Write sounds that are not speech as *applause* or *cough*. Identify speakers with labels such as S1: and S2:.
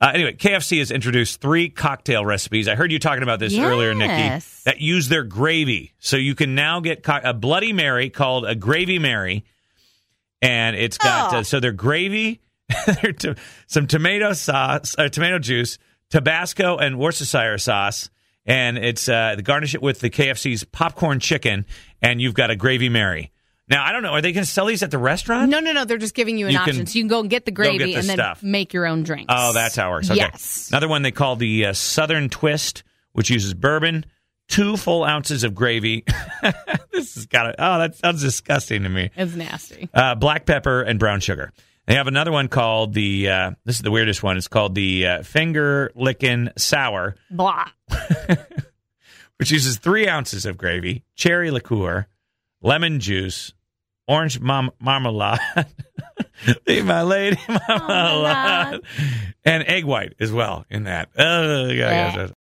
S1: Uh, anyway, KFC has introduced three cocktail recipes. I heard you talking about this earlier, Nikki.
S2: Yes.
S1: That use their gravy, so you can now get co- a Bloody Mary called a Gravy Mary, and it's got
S2: Oh.
S1: uh, so their gravy, *laughs* their to, some tomato sauce, uh, tomato juice, Tabasco, and Worcestershire sauce, and it's uh, the garnish it with the KFC's popcorn chicken, and you've got a Gravy Mary. Now I don't know, are they going to sell these at the restaurant?
S2: No, no, no. They're just giving you an
S1: You
S2: option.
S1: can
S2: so you can go and get the
S1: get
S2: gravy
S1: the
S2: and then
S1: stuff.
S2: make your own drinks.
S1: Oh, that's how it works. Okay.
S2: Yes.
S1: Another one they call the uh, Southern Twist, which uses bourbon, two full ounces of gravy. *laughs* this is kind of oh, that sounds disgusting to me.
S2: It's nasty.
S1: Uh, black pepper and brown sugar. They have another one called the. Uh, this is the weirdest one. It's called the uh, finger lickin' sour,
S2: Blah.
S1: which uses three ounces of gravy, cherry liqueur, lemon juice, orange mam- marmalade, *laughs* leave my lady *laughs* marmalade,
S2: Marmalade.
S1: and egg white as well in that. Oh, yeah, yeah.